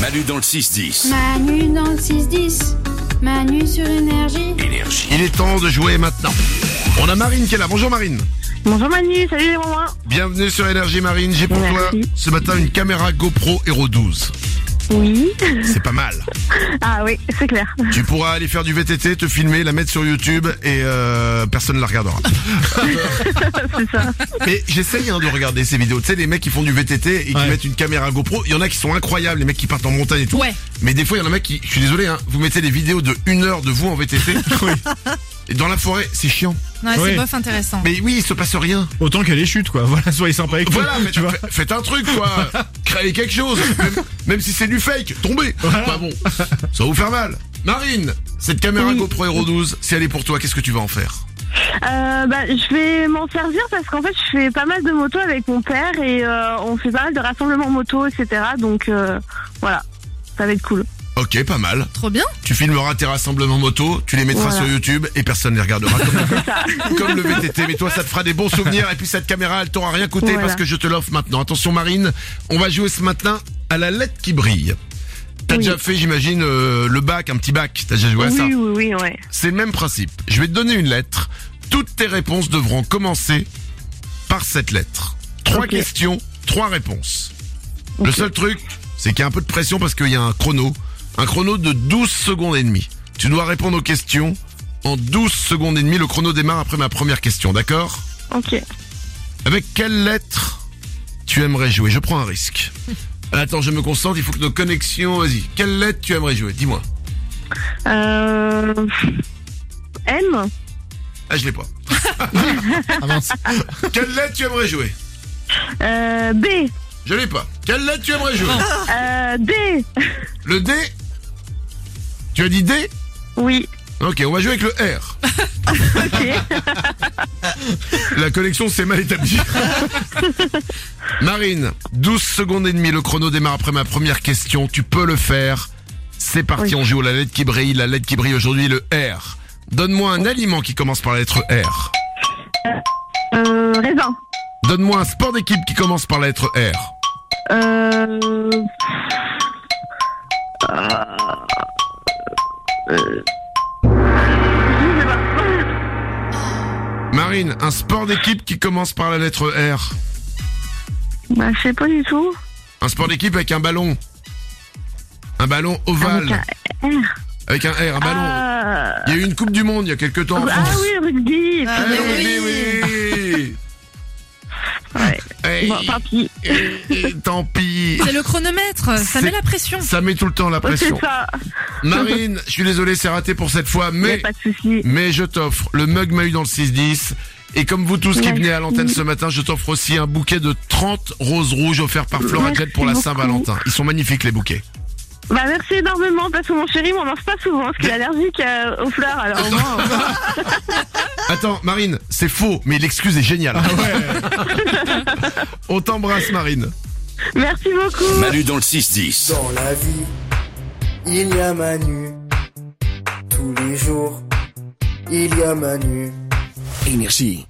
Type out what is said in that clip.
Manu dans le 6-10. Manu dans le 6-10. Manu sur énergie. Énergie. Il est temps de jouer maintenant. On a Marine qui est là. Bonjour Marine. Bonjour Manu, salut les mamans. Bienvenue sur Énergie Marine. J'ai pour Merci. toi ce matin une caméra GoPro Hero 12. Oui. C'est pas mal. Ah oui, c'est clair. Tu pourras aller faire du VTT, te filmer, la mettre sur YouTube et euh, personne ne la regardera. c'est ça. Mais j'essaye hein, de regarder ces vidéos. Tu sais, les mecs qui font du VTT et qui Ouais. mettent une caméra GoPro, il y en a qui sont incroyables, les mecs qui partent en montagne et tout. Ouais. Mais des fois, il y en a un mec qui, je suis désolé, hein, vous mettez des vidéos de une heure de vous en VTT. Et dans la forêt, c'est chiant. Ouais, Oui. c'est bof intéressant. Mais oui, il se passe rien. Autant qu'elle est chute, quoi. Voilà, soyez sympa avec Voilà, nous, mais tu vois. fa- faites un truc, quoi. Créez quelque chose. Même, même si c'est du fake, tombez. Pas bon. Ça va vous faire mal. Marine, cette caméra GoPro Hero 12, si elle est pour toi, qu'est-ce que tu vas en faire Euh, bah, je vais m'en servir parce qu'en fait, je fais pas mal de moto avec mon père et euh, on fait pas mal de rassemblements moto, etc. Donc euh, voilà, ça va être cool. Ok, pas mal. Trop bien. Tu filmeras tes rassemblements moto, tu les mettras Voilà. sur YouTube et personne ne les regardera. Comme, comme le VTT. Mais toi, ça te fera des bons souvenirs et puis cette caméra, elle t'aura rien coûté Voilà. parce que je te l'offre maintenant. Attention Marine, on va jouer ce matin à la lettre qui brille. T'as Oui. déjà fait, j'imagine, euh, le bac, un petit bac. T'as déjà joué à oui, ça oui, oui, ouais. C'est le même principe. Je vais te donner une lettre. Toutes tes réponses devront commencer par cette lettre. Trois Ok. questions, trois réponses. Le Ok. seul truc, c'est qu'il y a un peu de pression parce qu'il y a un chrono. Un chrono de 12 secondes et demie. Tu dois répondre aux questions en 12 secondes et demie. Le chrono démarre après ma première question, d'accord Ok. Avec quelle lettre tu aimerais jouer Je prends un risque. Attends, je me concentre, il faut que nos connexions... Vas-y, quelle lettre tu aimerais jouer Dis-moi. Euh... M Ah, je l'ai pas. Ah, mince. quelle lettre tu aimerais jouer euh, B Je l'ai pas. Quelle lettre tu aimerais jouer Ah. euh, D Le D Tu as dit D Oui, Ok, on va jouer avec le R. ok. La connexion s'est mal établie. Marine, 12 secondes et demie, le chrono démarre après ma première question. Tu peux le faire. C'est parti, Oui. on joue la lettre qui brille. La lettre qui brille aujourd'hui, le R. Donne-moi un aliment qui commence par la lettre R. Euh, raisin. Donne-moi un sport d'équipe qui commence par la lettre R. Euh... Euh... Je sais pas. Marine, un sport d'équipe qui commence par la lettre R. Bah, je sais pas du tout. Un sport d'équipe avec un ballon. Un ballon ovale. Avec un R. Avec un R, un ballon. Ah, Il y a eu une Coupe du Monde il y a quelques temps. en ah France. oui, rugby. Ah, Eh mais oui, oui, Ouais. oui. Eh, Bon, tant pis. eh, eh, Tant pis. C'est le chronomètre, C'est- ça met la pression. Ça met tout le temps la Ouais, pression. c'est ça. Marine, je suis désolé, c'est raté pour cette fois, Y a mais pas de souci. mais je t'offre le mug m'a eu dans le 6-10. Et comme vous tous qui Merci. venez à l'antenne Mm. ce matin, je t'offre aussi un bouquet de 30 roses rouges offerts par Flora Merci Klett pour la beaucoup. Saint-Valentin. Ils sont magnifiques les bouquets. Bah, merci énormément parce que mon chéri m'en lance pas souvent parce qu'il est allergique euh, aux fleurs. Alors, au moins, Attends, Marine, c'est faux, mais l'excuse est géniale. On t'embrasse Marine. merci beaucoup. Manu dans le 6-10. Dans la vie, il y a Manu. Tous les jours, il y a Manu. Énergie.